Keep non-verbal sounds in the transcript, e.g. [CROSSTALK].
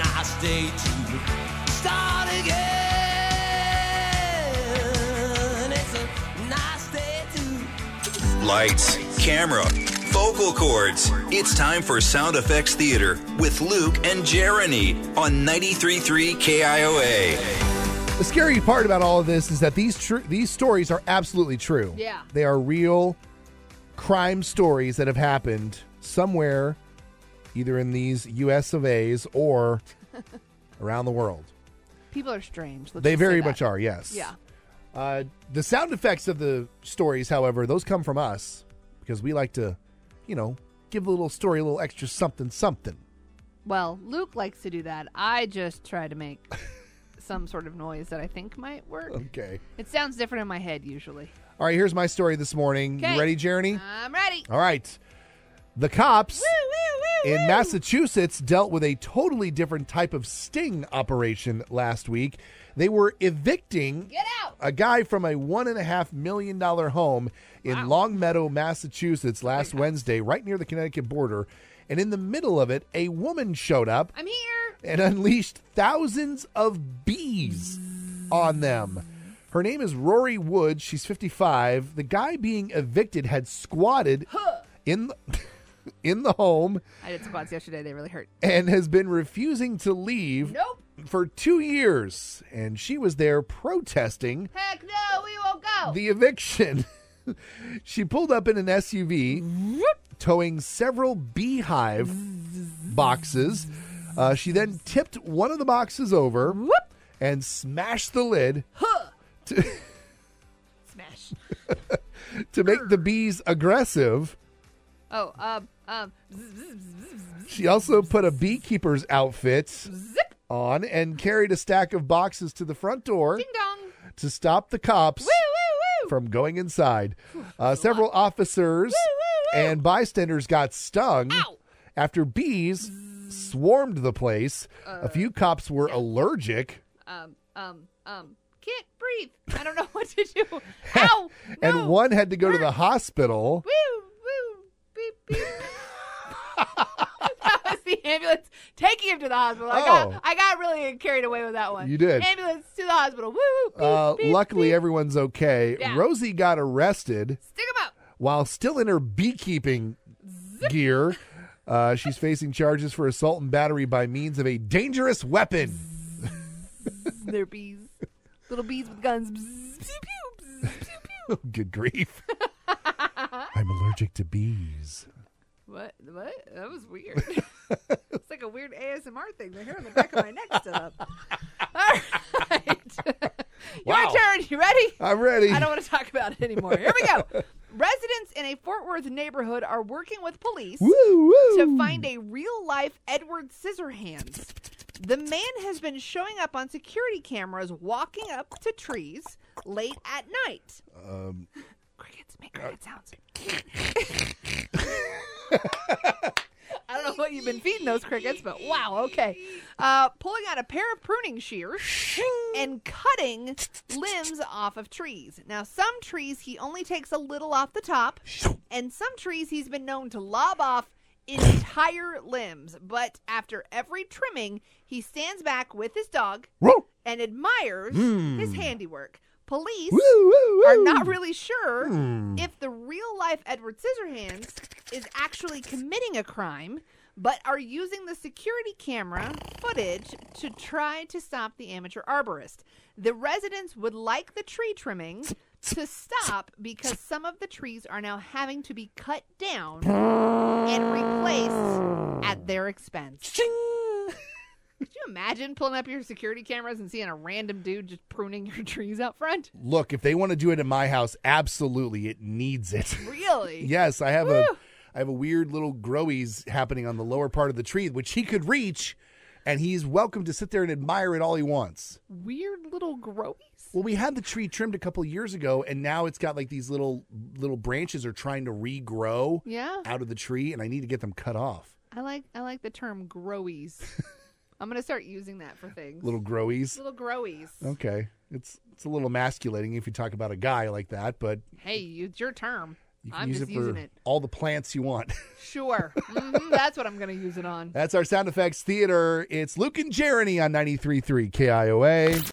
I stay true. Start again. It's a nice day too. Lights, camera, vocal cords. It's time for Sound Effects Theater with Luke and Jeremy on 93.3 KIOA. The scary part about all of this is that these tr- these stories are absolutely true. Yeah. They are real crime stories that have happened somewhere either in these US of A's [LAUGHS] or around the world. People are strange. Let's they just say very that. much are, yes. Yeah. Uh, the sound effects of the stories, however, those come from us because we like to, you know, give a little story a little extra something something. Well, Luke likes to do that. I just try to make [LAUGHS] some sort of noise that I think might work. Okay. It sounds different in my head usually. All right, here's my story this morning. You Okay. ready, Jeremy? I'm ready. All right. The cops Woo, woo, woo, in woo. Massachusetts dealt with a totally different type of sting operation last week. They were evicting Get out. a guy from a one and a half million dollar home in Longmeadow, Massachusetts last Wednesday, right near the Connecticut border. And in the middle of it, a woman showed up I'm here. and unleashed thousands of bees on them. Her name is Rory Wood. She's 55. The guy being evicted had squatted in the, [LAUGHS] in the home I did squats yesterday. They really hurt. and has been refusing to leave Nope. for 2 years and she was there protesting Heck no, we won't go. the eviction. [LAUGHS] she pulled up in an SUV, towing several beehive boxes. Uh, she then tipped one of the boxes over and smashed the lid Smash. to make the bees aggressive. Oh, um, um, She also put a beekeeper's outfit zip, on and carried a stack of boxes to the front door ding dong. Woo, to stop the cops. woo, woo. from going inside. Uh, several officers Woo, woo, woo. and bystanders got stung Ow. after bees swarmed the place. a few cops were Uh. allergic. um, um, um, can't breathe. I don't know [LAUGHS] what to [LAUGHS] do. Ow! No. And one had to go to the hospital. Woo, woo, [LAUGHS] beep, beep. that was the ambulance taking him to the hospital. I Oh. got, I got really carried away with that one. You did. Ambulance to the hospital. Woo, woo, beep, Uh, beep, luckily, beep. everyone's okay. Yeah. Rosie got arrested stick him up. while still in her beekeeping gear. Uh, she's facing charges for assault and battery by means of a dangerous weapon. They're bees, little bees with guns. Bzz, pew, pew, bzz, pew, [LAUGHS] pew. Oh, Good [LAUGHS] grief. I'm allergic to bees. What? What? That was [LAUGHS] weird. it's like a weird ASMR thing. The hair on the back of my neck [LAUGHS] stood up. All right. [LAUGHS] Wow. Your turn. You ready? I'm ready. I don't want to talk about it anymore. Here we go. Residents in a Fort Worth neighborhood are working with police Woo, woo. to find a real life Edward Scissorhands. The man has been showing up on security cameras walking up to trees late at night. Um, crickets make cricket sounds. I don't know what you've been feeding those crickets, but wow, okay. Uh, pulling out a pair of pruning shears and cutting limbs off of trees. Now, some trees he only takes a little off the top, and some trees he's been known to lob off entire limbs. But after every trimming, he stands back with his dog Woo. and admires his handiwork. Police Woo, woo, woo. are not really sure if the real life Edward Scissorhands is actually committing a crime, but are using the security camera footage to try to stop the amateur arborist. The residents would like the tree trimming to stop because some of the trees are now having to be cut down and replaced at their expense. Could you imagine pulling up your security cameras and seeing a random dude just pruning your trees out front? Look, if they want to do it at my house, absolutely, it needs it. [LAUGHS] Really? yes, I have a, I have a weird little growies happening on the lower part of the tree, which he could reach, and he's welcome to sit there and admire it all he wants. Weird little growies. Well, we had the tree trimmed a couple years ago, and now it's got like these little little branches are trying to regrow Yeah. out of the tree, and I need to get them cut off. I like I like the term growies. [LAUGHS] I'm gonna start using that for things. Little growies. Little growies. Okay, it's it's a little emasculating if you talk about a guy like that, but Hey, it's your term. You can I'm use just it for using it. all the plants you want. [LAUGHS] Sure. hmm that's what I'm going to use it on. That's our sound effects theater. It's Luke and Jeremy on 93.3 KIOA.